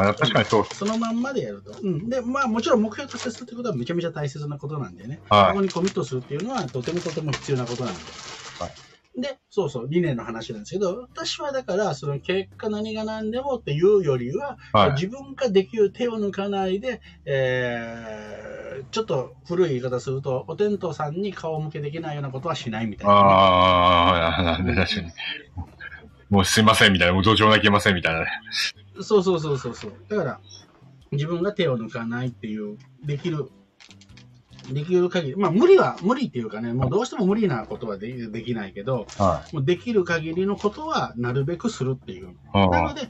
[SPEAKER 2] あ、確かにそうっす。
[SPEAKER 1] そのまんまでやると。うん。で、まあもちろん目標達成するってことはめちゃめちゃ大切なことなんでね。
[SPEAKER 2] はい
[SPEAKER 1] そこにコミットするっていうのはとてもとても必要なことなんで。
[SPEAKER 2] は
[SPEAKER 1] で、そうそう、理念の話なんですけど、私はだから、その結果何が何でもっていうよりは、
[SPEAKER 2] はい。
[SPEAKER 1] 自分ができる手を抜かないで、えーちょっと古い言い方すると、お天道さんに顔向けできないようなことはしないみたいな
[SPEAKER 2] ああ、なんで確かに。もうすいませんみたいな、もうどうしようもなきませんみたいなね。
[SPEAKER 1] ね、そうそうそうそうそう。だから、自分が手を抜かないっていう、できる、できる限り、まあ無理は、無理っていうかね、もうどうしても無理なことはできできないけど、
[SPEAKER 2] はい。
[SPEAKER 1] もうできる限りのことはなるべくするっていう。なの
[SPEAKER 2] あ
[SPEAKER 1] で、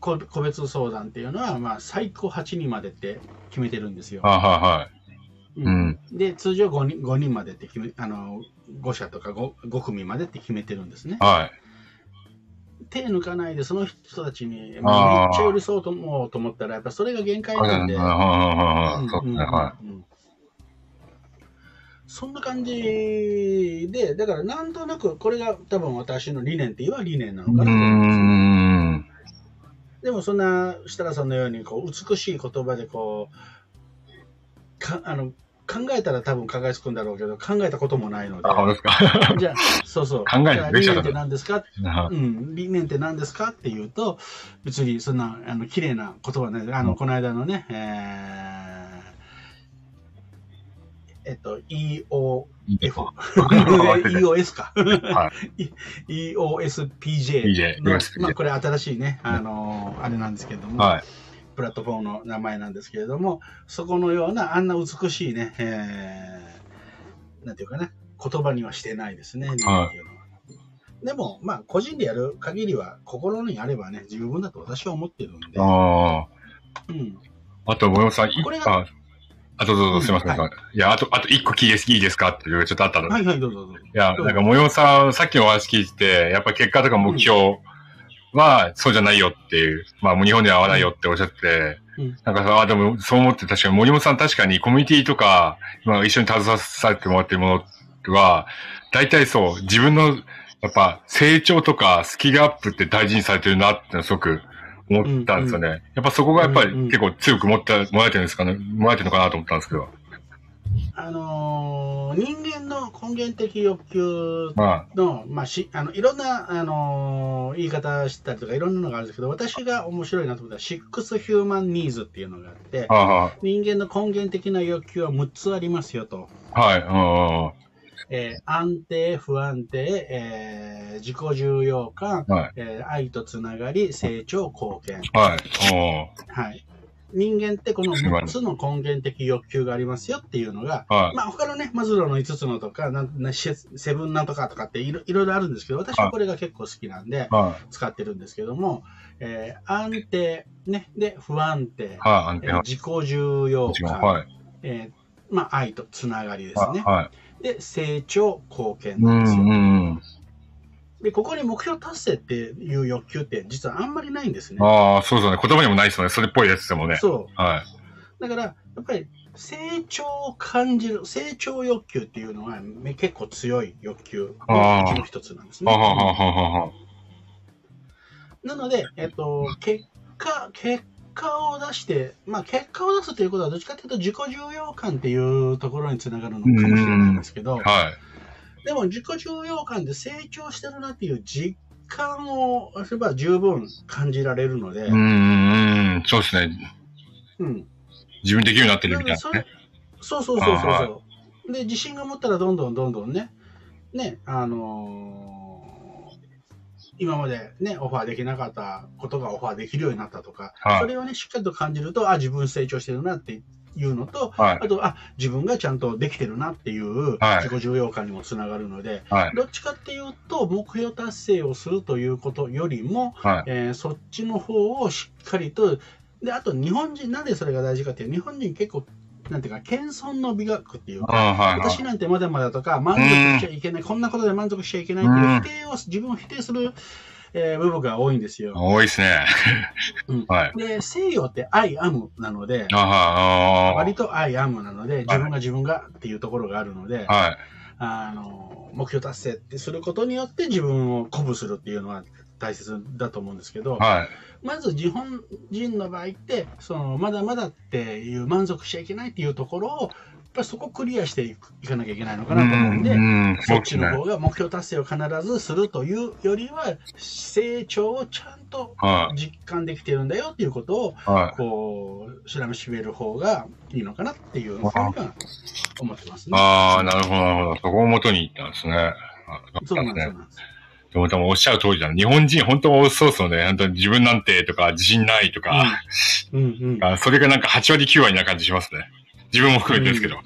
[SPEAKER 1] こ個別相談っていうのは、まあ最高8人までって決めてるんですよ
[SPEAKER 2] あ、。は
[SPEAKER 1] う
[SPEAKER 2] いはい。うん。
[SPEAKER 1] で、通常5人 ,5 人までって決め、あの、5社とか 5, 5組までって決めてるんですね。
[SPEAKER 2] はい。
[SPEAKER 1] 手抜かないで、その人たちに、
[SPEAKER 2] あ
[SPEAKER 1] ま
[SPEAKER 2] ー
[SPEAKER 1] あ、めっちゃ寄り添おうと思うと思ったら、やっぱそれが限界
[SPEAKER 2] はいはい
[SPEAKER 1] なんで、
[SPEAKER 2] はい。そう
[SPEAKER 1] う
[SPEAKER 2] で
[SPEAKER 1] ん
[SPEAKER 2] すね。は
[SPEAKER 1] うんうんそんな感じで、だからなんとなく、これが多分私の理念って言えば理念なの
[SPEAKER 2] い。う
[SPEAKER 1] かなと
[SPEAKER 2] ー
[SPEAKER 1] 思いますね
[SPEAKER 2] ん。
[SPEAKER 1] でもそんな設楽さんのようにこう美しい言葉でこうかあの考えたら多分考えつくんだろうけど考えたこともないので
[SPEAKER 2] あ、そうですか。
[SPEAKER 1] じゃあそうそう
[SPEAKER 2] 考えない
[SPEAKER 1] じゃあ
[SPEAKER 2] でき
[SPEAKER 1] 理
[SPEAKER 2] ちゃ
[SPEAKER 1] 念
[SPEAKER 2] った
[SPEAKER 1] って何ですか、
[SPEAKER 2] は
[SPEAKER 1] うん、理念って何ですかっていうと別にそんなあの綺麗な言葉ないあのこの間のね、えーえっと EO
[SPEAKER 2] いいで
[SPEAKER 1] F
[SPEAKER 2] すか
[SPEAKER 1] EOS か。
[SPEAKER 2] は
[SPEAKER 1] EOSPJ の
[SPEAKER 2] PJ
[SPEAKER 1] まあこれ新しいね、あのーあれなんですけれども、
[SPEAKER 2] はい。
[SPEAKER 1] プラットフォームの名前なんですけれども、そこのような、あんな美しいね、えーなんていうかな、言葉にはしてないですね、日本っていうのは。でも、まあ、個人でやる限りは、心にあればね、十分だと私は思ってるんで、
[SPEAKER 2] あ
[SPEAKER 1] うん、
[SPEAKER 2] あ。あと、森本さん、一
[SPEAKER 1] これが
[SPEAKER 2] あ、あとどう
[SPEAKER 1] う
[SPEAKER 2] ぞ、
[SPEAKER 1] ん
[SPEAKER 2] すいません。、
[SPEAKER 1] はい
[SPEAKER 2] や、あと、あと一個聞いていいですかっていう、ちょっとあったの。、
[SPEAKER 1] はいいはい、どうぞどうぞ。
[SPEAKER 2] や、なんか、森本さん、さっきのお話聞いて、やっぱ結果とか目標は、そうじゃないよっていう、まあ、もう日本では合わないよっておっしゃって、
[SPEAKER 1] うん
[SPEAKER 2] なんかさ、あ、でも、そう思って、確かに森本さん、確かにコミュニティとか、今一緒に携わってもらってるものは、大体そう、自分の、やっぱ、成長とか、スキルアップって大事にされてるなっていうのはすごく思ったんですよね。やっぱそこがやっぱり
[SPEAKER 1] うんうん
[SPEAKER 2] 結構強く持ってもらえてるんですかね、もらえてるのかなと思ったんですけど。
[SPEAKER 1] あのー人間の根源的欲求
[SPEAKER 2] ま
[SPEAKER 1] の、まあ、しあのいろんな、あのー言い方したりとかいろんなのがあるんですけど私が面白いなと思ったらシックスヒューマンニーズっていうのがあって
[SPEAKER 2] あ、あ
[SPEAKER 1] 人間の根源的な欲求は6つありますよと、
[SPEAKER 2] あ、はい、う
[SPEAKER 1] えー安定不安定、えー自己重要感、
[SPEAKER 2] ん、はい、
[SPEAKER 1] えー愛とつながり成長貢献
[SPEAKER 2] はい、
[SPEAKER 1] はい人間ってこの6つの根源的欲求がありますよっていうのが
[SPEAKER 2] うん、はい、
[SPEAKER 1] まあ、他のね、マズローの5つのとか、なんなシェセブンなんとかとかっていろいろいろあるんですけど、私はこれが結構好きなんで、
[SPEAKER 2] はい、
[SPEAKER 1] 使ってるんですけども、えー安定、ね、で、不安定、
[SPEAKER 2] は
[SPEAKER 1] え
[SPEAKER 2] い、安定
[SPEAKER 1] ー
[SPEAKER 2] の
[SPEAKER 1] 自己重要
[SPEAKER 2] 一番、
[SPEAKER 1] 感、
[SPEAKER 2] はい、
[SPEAKER 1] えーまあ、愛とつながりですね。
[SPEAKER 2] は
[SPEAKER 1] で、成長、貢
[SPEAKER 2] い、
[SPEAKER 1] 献
[SPEAKER 2] う
[SPEAKER 1] なん
[SPEAKER 2] ん、
[SPEAKER 1] ですよ。
[SPEAKER 2] うん、
[SPEAKER 1] で、ここに目標達成っていう欲求って、実はあんまりないんですね。
[SPEAKER 2] ああ、そうですよね。言葉にもないですよね。それっぽいやつでもね。
[SPEAKER 1] そう。
[SPEAKER 2] はい、
[SPEAKER 1] だから、やっぱり成長を感じる、成長欲求っていうのはめ結構強い欲求のうちの一つなんです
[SPEAKER 2] はあ、はあ、
[SPEAKER 1] ね。
[SPEAKER 2] はあ、はあ、は
[SPEAKER 1] なので、えっと、結果、結果を出して、まあ、結果を出すということは、どっちかというと自己重要感っていうところにつながるのかもしれないんですけど
[SPEAKER 2] あ、はい、
[SPEAKER 1] でも自己重要感で成長してるなっていう実感をすれば十分感じられるので
[SPEAKER 2] う、ん、うん、そうですね。
[SPEAKER 1] うん。
[SPEAKER 2] 自分できるようになってる
[SPEAKER 1] な
[SPEAKER 2] み
[SPEAKER 1] ん
[SPEAKER 2] た
[SPEAKER 1] で
[SPEAKER 2] いな
[SPEAKER 1] そ
[SPEAKER 2] ね
[SPEAKER 1] れ。そうそうそうそうそう、
[SPEAKER 2] はい
[SPEAKER 1] で自信が持ったらどんどんどんどんねねあのー今までねオファーできなかったことがオファーできるようになったとか、
[SPEAKER 2] はい
[SPEAKER 1] それをねしっかりと感じるとあ自分成長してるなっていうのと
[SPEAKER 2] はい
[SPEAKER 1] あ、とあ自分がちゃんとできてるなっていう
[SPEAKER 2] はい
[SPEAKER 1] 自己重要感にもつながるので、
[SPEAKER 2] はい、
[SPEAKER 1] どっちかっていうと目標達成をするということよりも、
[SPEAKER 2] はい、
[SPEAKER 1] えーそっちの方をしっかりと、であと日本人、なんでそれが大事かっていう、日本人結構、なんていうか、謙遜の美学っていう
[SPEAKER 2] う
[SPEAKER 1] か、
[SPEAKER 2] ん、はい、はい
[SPEAKER 1] 私。なんてまだまだとか、満足しちゃいけない、こんなことで満足しちゃいけないっていう否定を、自分を否定する、えー部分が多いんですよ。
[SPEAKER 2] 多いですね。
[SPEAKER 1] うん
[SPEAKER 2] はい。
[SPEAKER 1] で、西洋って I am なので、
[SPEAKER 2] あはい
[SPEAKER 1] 割と I am なので、自分が自分がっていうところがあるので、
[SPEAKER 2] あーはい。
[SPEAKER 1] あの目標達成ってすることによって自分を鼓舞するっていうのは大切だと思うんですけど、
[SPEAKER 2] はい。
[SPEAKER 1] まず日本人の場合ってそのまだまだっていう満足しちゃいけないっていうところをやっぱりそこをクリアしていくいかなきゃいけないのかなと思うんで、
[SPEAKER 2] ん
[SPEAKER 1] そっちの方が目標達成を必ずするというよりは成長をちゃんと
[SPEAKER 2] は
[SPEAKER 1] 実感できてるんだよっていうことを
[SPEAKER 2] い。はい。
[SPEAKER 1] こう知らしめる方がいいのかなっていうふうには思ってますね。
[SPEAKER 2] ああ、なるほど、なるほど。そこを元に行ったんですね。あ
[SPEAKER 1] そうなんです
[SPEAKER 2] ね
[SPEAKER 1] そう。なんです
[SPEAKER 2] でも多分おっしゃる通りだ。日本人本当多そうですよね。本当に自分なんてとか、自信ないとか、
[SPEAKER 1] うんうん
[SPEAKER 2] あそれがなんか8割9割な感じしますね。自分も含めてですけど。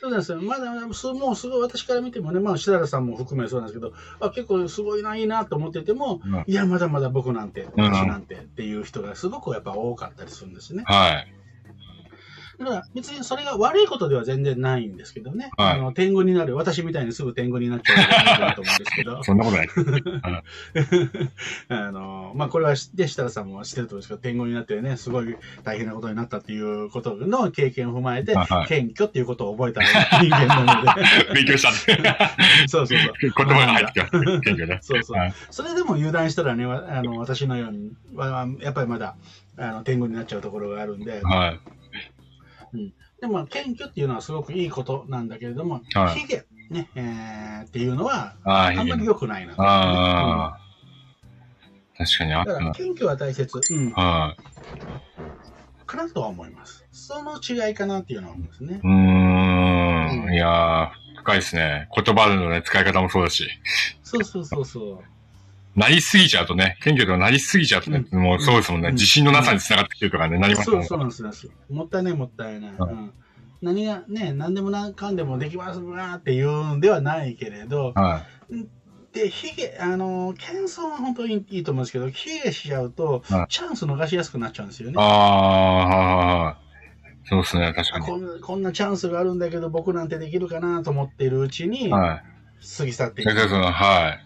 [SPEAKER 1] そうなんですよ。まだまだ、すもうすごい私から見てもね、まあ、白田さんも含めそうなんですけど、あ結構すごいな、いいなと思ってても、
[SPEAKER 2] うん
[SPEAKER 1] いや、まだまだ僕なんて、
[SPEAKER 2] うん
[SPEAKER 1] 私なんてっていう人がすごくやっぱ多かったりするんですね。
[SPEAKER 2] はい。
[SPEAKER 1] だから別にそれが悪いことでは全然ないんですけどね、
[SPEAKER 2] はい
[SPEAKER 1] あの天狗になる、私みたいにすぐ天狗になっちゃう人がいると思うんですけ ど、
[SPEAKER 2] そんなことない。
[SPEAKER 1] あのまあ、これはで設楽さんも知ってると思うんですけど、天狗になってね、すごい大変なことになったっていうことの経験を踏まえて、
[SPEAKER 2] はい
[SPEAKER 1] 謙虚っていうことを覚えた人間なので、
[SPEAKER 2] 勉強したって。
[SPEAKER 1] そうそうそう。
[SPEAKER 2] 言葉が入ってきた。謙虚ね。
[SPEAKER 1] そうそう
[SPEAKER 2] はい。
[SPEAKER 1] それでも油断したらね、わあの私のように、わやっぱりまだあの天狗になっちゃうところがあるんで、
[SPEAKER 2] はい。
[SPEAKER 1] でも謙虚っていうのはすごくいいことなんだけれども、
[SPEAKER 2] はい
[SPEAKER 1] ヒゲ、ねえーっていうのは
[SPEAKER 2] ああ、
[SPEAKER 1] あんまり良くないなと、
[SPEAKER 2] ああ、確かにあ
[SPEAKER 1] う
[SPEAKER 2] っ
[SPEAKER 1] んだ
[SPEAKER 2] た
[SPEAKER 1] から
[SPEAKER 2] な。
[SPEAKER 1] 謙虚は大切、うん、
[SPEAKER 2] はい。
[SPEAKER 1] かなとは思います。その違いかなっていうのは思いますね
[SPEAKER 2] う。ーん、いやー、深いですね。言葉のね、使い方もそうだし。
[SPEAKER 1] そうそうそうそう。
[SPEAKER 2] なりすぎちゃうとね、謙虚とかなりすぎちゃうとね、もうそうですもんね、
[SPEAKER 1] うん
[SPEAKER 2] 自信のなさにつながってくるとかね、なります
[SPEAKER 1] そ
[SPEAKER 2] もん
[SPEAKER 1] う
[SPEAKER 2] ね
[SPEAKER 1] そうなんですよ。もったいない、もったいない。うん、何がね、何でもなんかんでもできますわーって言うんではないけれど、
[SPEAKER 2] は
[SPEAKER 1] で、ヒゲ、あのー、謙遜は本当にいいと思うんですけど、ヒゲしちゃうと
[SPEAKER 2] はい、
[SPEAKER 1] チャンス逃しやすくなっちゃうんですよ
[SPEAKER 2] い。
[SPEAKER 1] ね。
[SPEAKER 2] ああ、そうですね、確かに。
[SPEAKER 1] こんなこんなチャンスがあるんだけど、僕なんてできるかなと思っているうちに、
[SPEAKER 2] は
[SPEAKER 1] 過ぎ去って
[SPEAKER 2] い。
[SPEAKER 1] い
[SPEAKER 2] 先生、
[SPEAKER 1] く。
[SPEAKER 2] その、は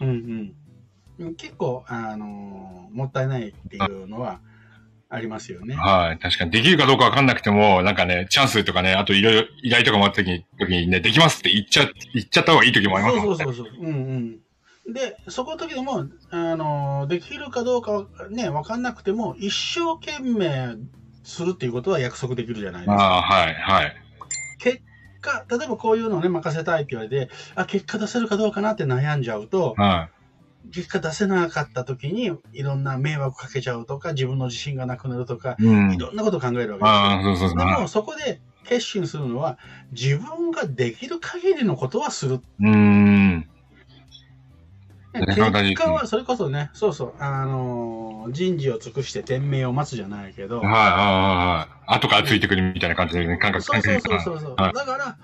[SPEAKER 2] い。
[SPEAKER 1] うんうん、結構、あのーもったいないっていうのはありますよね。
[SPEAKER 2] はい。確かに。できるかどうかわかんなくても、なんかね、チャンスとかね、あといろいろ依頼とかもあった時に、時にね、できますって言っちゃ、言っちゃった方がいい時もありますもん
[SPEAKER 1] そ
[SPEAKER 2] ね。
[SPEAKER 1] うそうそうそう。うんうん。で、そこの時でも、あのーできるかどうかはね、わかんなくても、一生懸命するっていうことは約束できるじゃないですか。
[SPEAKER 2] ああ、はい、はい。
[SPEAKER 1] 結果、例えばこういうのをね、任せたいって言われて、あ、結果出せるかどうかなって悩んじゃうと、
[SPEAKER 2] は
[SPEAKER 1] 結果出せなかった時に、いろんな迷惑かけちゃうとか、自分の自信がなくなるとか、
[SPEAKER 2] い。うん
[SPEAKER 1] い。ろんなことを考えるわけですよ。
[SPEAKER 2] ああ、そうそうそう。
[SPEAKER 1] で
[SPEAKER 2] は
[SPEAKER 1] もそこで決心するのは自分ができる限りのことはする。
[SPEAKER 2] い、うーん。
[SPEAKER 1] ね
[SPEAKER 2] それは大事
[SPEAKER 1] 結果はそれこそね、そうそう、あのー人事を尽くして天命を待つじゃないけど
[SPEAKER 2] はい、はい、、はいはい。後からついてくるみたいな感じで、ね、感覚
[SPEAKER 1] そうそうそうそうそう、
[SPEAKER 2] はい
[SPEAKER 1] だから、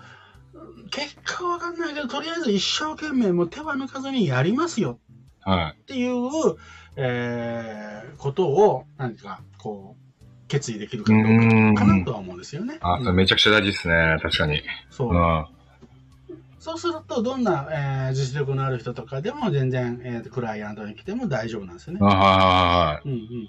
[SPEAKER 1] 結果はわかんないけど、とりあえず一生懸命もう手は抜かずにやりますよ
[SPEAKER 2] は
[SPEAKER 1] っていう、えーことを、何かこう、決意できるか
[SPEAKER 2] い。う
[SPEAKER 1] どうか
[SPEAKER 2] ーん。
[SPEAKER 1] かなとは思うんですよね。
[SPEAKER 2] あ、それ
[SPEAKER 1] うん
[SPEAKER 2] めちゃくちゃ大事ですね。確かに。
[SPEAKER 1] そう
[SPEAKER 2] うん。は
[SPEAKER 1] そうすると、どんな、えー実力のある人とかでも全然、えークライアントに来ても大丈夫なんですよね
[SPEAKER 2] い、。は
[SPEAKER 1] うんうん、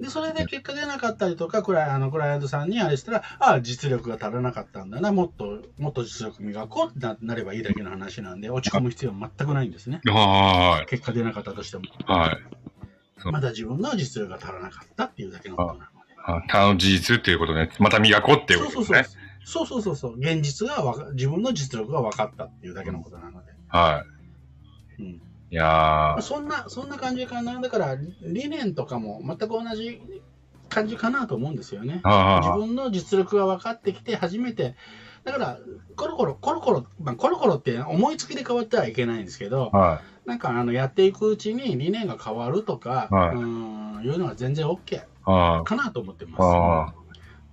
[SPEAKER 1] で、それで結果出なかったりとか、クライあのクライアントさんにあれしたら、ああ、実力が足らなかったんだな、もっと、もっと実力磨こうってななればいいだけの話なんで、落ち込む必要は全くないんですね。
[SPEAKER 2] い、はい。はい、はい
[SPEAKER 1] 結果出なかったとしても、
[SPEAKER 2] はい。はい
[SPEAKER 1] まだ自分の実力が足らなかったっていうだけのことなので。
[SPEAKER 2] あ。他の事実っていうことね。また磨こうっていう
[SPEAKER 1] そ
[SPEAKER 2] こ
[SPEAKER 1] う
[SPEAKER 2] と
[SPEAKER 1] そ
[SPEAKER 2] で
[SPEAKER 1] う
[SPEAKER 2] す
[SPEAKER 1] そう
[SPEAKER 2] ね。。
[SPEAKER 1] そうそうそうそう。現実がわか、自分の実力が分かったっていうだけのことなので。
[SPEAKER 2] は
[SPEAKER 1] うん
[SPEAKER 2] い。いや
[SPEAKER 1] まあそんな、そんな感じかな。だから、理理念とかも全く同じ感じかなと思うんですよね
[SPEAKER 2] ー。。はいはい
[SPEAKER 1] 自
[SPEAKER 2] はい。
[SPEAKER 1] 分の実力が分かってきて、初めて、だから、コロコロ、コロコロ、まあ、コロコロって思いつきで変わってはいけないんですけど、
[SPEAKER 2] は
[SPEAKER 1] なんか、あの、やっていくうちに理念が変わるとか、
[SPEAKER 2] はい
[SPEAKER 1] うん、いうのは全然 OK
[SPEAKER 2] い。はい。
[SPEAKER 1] かなと思ってま
[SPEAKER 2] あ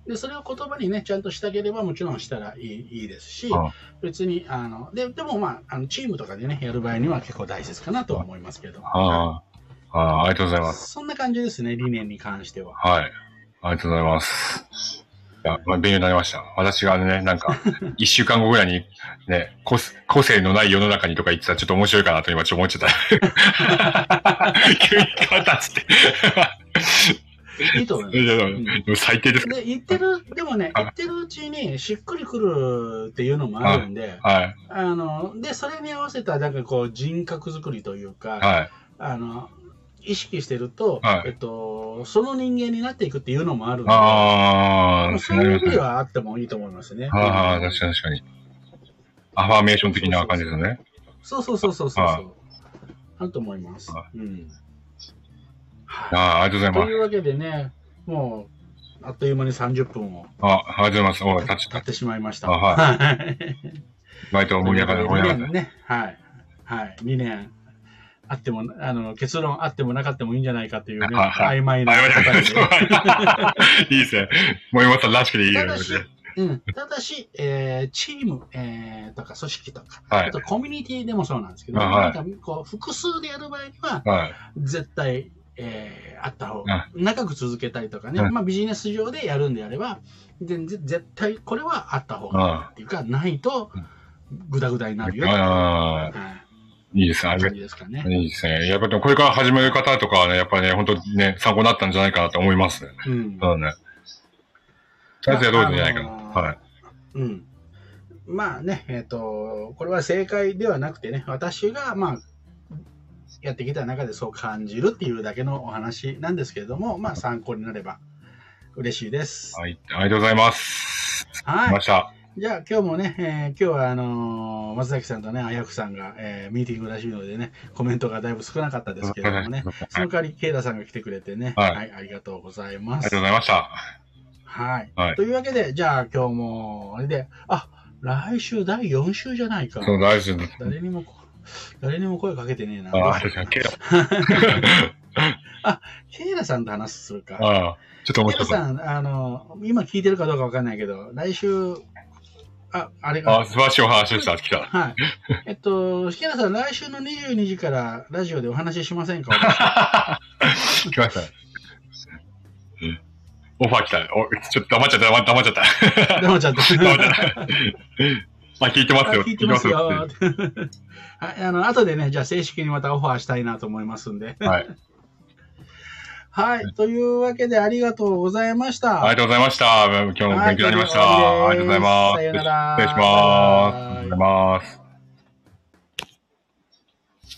[SPEAKER 1] す。で、それを言葉にね、ちゃんとしたければ、もちろんしたらいいいいですし
[SPEAKER 2] うん、
[SPEAKER 1] 別に、あの、で、でもまあ、あのチームとかでね、やる場合には結構大切かなとは思いますけど。
[SPEAKER 2] あ、ああ、ああ、ありがとうございます。
[SPEAKER 1] そんな感じですね、理念に関しては。
[SPEAKER 2] はい。ありがとうございます。いや、まあ、勉強になりました。私がね、な んか、一週間後ぐらいに、ね、個性個性のない世の中にとか言ってたらちょっと面白いかなと今ちょっと思っち ゃった。 急に変わったっつって。
[SPEAKER 1] いいと思い
[SPEAKER 2] いやで
[SPEAKER 1] う
[SPEAKER 2] も
[SPEAKER 1] ん
[SPEAKER 2] でも最低です。
[SPEAKER 1] ます。で、言ってる、でもね、
[SPEAKER 2] あ
[SPEAKER 1] 言ってるうちにしっくりくるっていうのもあるんで、
[SPEAKER 2] はい。
[SPEAKER 1] あの、で、それに合わせた、なんかこう、人格作りというか、
[SPEAKER 2] はい。
[SPEAKER 1] あの、意識してると
[SPEAKER 2] は、い
[SPEAKER 1] えっと、その人間になっていくっていうのもあるんで、
[SPEAKER 2] ああ、
[SPEAKER 1] そういう意味はあってもいいと思いますね。
[SPEAKER 2] ああ、確かに確かに。アファーメーション的な感じですね。
[SPEAKER 1] そうそうそうそうそう
[SPEAKER 2] は
[SPEAKER 1] そう。あると思います。
[SPEAKER 2] は
[SPEAKER 1] うん。
[SPEAKER 2] ああ、ありがとうござ
[SPEAKER 1] とい
[SPEAKER 2] います。
[SPEAKER 1] うわけでね、もう、あっという間に30分を
[SPEAKER 2] あ、ありがとうございます。おい、立ち、
[SPEAKER 1] 経ってしまいました。
[SPEAKER 2] あ
[SPEAKER 1] はい。
[SPEAKER 2] バイト盛り上がる、盛り上が
[SPEAKER 1] 2年
[SPEAKER 2] る。
[SPEAKER 1] ね、はい。はい。2年あっても、あの、結論あってもなかったもいいんじゃないかというね、
[SPEAKER 2] はいは
[SPEAKER 1] 曖昧な
[SPEAKER 2] あ、やめて
[SPEAKER 1] 答えで
[SPEAKER 2] いいですね。森本さんらしくていいよ
[SPEAKER 1] た
[SPEAKER 2] ね
[SPEAKER 1] だ。し、うん、ただし、えーチーム、えーとか組織とか、
[SPEAKER 2] はい
[SPEAKER 1] あとコミュニティでもそうなんですけど、
[SPEAKER 2] あはい
[SPEAKER 1] なんかこう複数でやる場合には、
[SPEAKER 2] はい。
[SPEAKER 1] 絶対、えーあった方
[SPEAKER 2] あ
[SPEAKER 1] が、長く続けたりとかね、
[SPEAKER 2] うん
[SPEAKER 1] まあビジネス上でやるんであれば、全然絶対これはあった方が
[SPEAKER 2] あ
[SPEAKER 1] っていうか、ないと
[SPEAKER 2] うん、
[SPEAKER 1] グダグダになるよっていう
[SPEAKER 2] あ
[SPEAKER 1] はい
[SPEAKER 2] いいですね。ありが
[SPEAKER 1] 感
[SPEAKER 2] と
[SPEAKER 1] じですかね。
[SPEAKER 2] ういいですね。やっぱりこれから始める方とかはね、やっぱりね、本当ね、参考になったんじゃないかなと思いますね。
[SPEAKER 1] うん
[SPEAKER 2] そうだね。とりあえずやろうじゃないかな。はい。
[SPEAKER 1] うん、まあね、えっ、と、これは正解ではなくてね、私が、まあ、やってきた中でそう感じるっていうだけのお話なんですけれども、まあ、参考になれば嬉しいです。
[SPEAKER 2] はい。ありがとうございます。
[SPEAKER 1] はい
[SPEAKER 2] ま。した。
[SPEAKER 1] じゃあ、今日もね、えー今日は、あのー松崎さんとね、あやふさんが、えーミーティングらしいのでね、コメントがだいぶ少なかったですけれどもね、その代わり、ケイダさんが来てくれてね、
[SPEAKER 2] はい
[SPEAKER 1] はい、ありがとうございま
[SPEAKER 2] ありが
[SPEAKER 1] す
[SPEAKER 2] とう。ございました。
[SPEAKER 1] はい。
[SPEAKER 2] はい
[SPEAKER 1] というわけで、じゃあ今日も、あれで、あ、来週第4週じゃないか。
[SPEAKER 2] そう、大事。
[SPEAKER 1] 誰にもこ、誰にも声かけてねえな。
[SPEAKER 2] ああ、確かに、ケイラ。
[SPEAKER 1] ケイラさんと話するか。
[SPEAKER 2] ああ、ちょっと面
[SPEAKER 1] ケイ
[SPEAKER 2] 白
[SPEAKER 1] ラ
[SPEAKER 2] そう。
[SPEAKER 1] さん、あの、今聞いてるかどうかわかんないけど、来週、あ、あれ
[SPEAKER 2] あ
[SPEAKER 1] が
[SPEAKER 2] あ、。素晴らしいお話で した。来た。
[SPEAKER 1] はい。えっと、ケイラさん、来週の22時からラジオでお話ししません か
[SPEAKER 2] 来ました。うんオファー来た。おちょっと黙っちゃった、黙黙っちゃっ た。
[SPEAKER 1] 黙っちゃった。
[SPEAKER 2] 黙っちゃった。あ、聞いてますよ。
[SPEAKER 1] あ聞いてますよ
[SPEAKER 2] 聞いてま。
[SPEAKER 1] はい、あの、後でね、じゃあ正式にまたオファーしたいなと思いますんで。
[SPEAKER 2] すよはい。
[SPEAKER 1] はい、というわけでありがとうございました。
[SPEAKER 2] ありがとうございました。今日も勉強になりました。
[SPEAKER 1] は
[SPEAKER 2] あ
[SPEAKER 1] い
[SPEAKER 2] りがとうございます。
[SPEAKER 1] さようなら
[SPEAKER 2] 失礼しま
[SPEAKER 1] バイバ
[SPEAKER 2] す。
[SPEAKER 1] イ
[SPEAKER 2] ありがとうございます。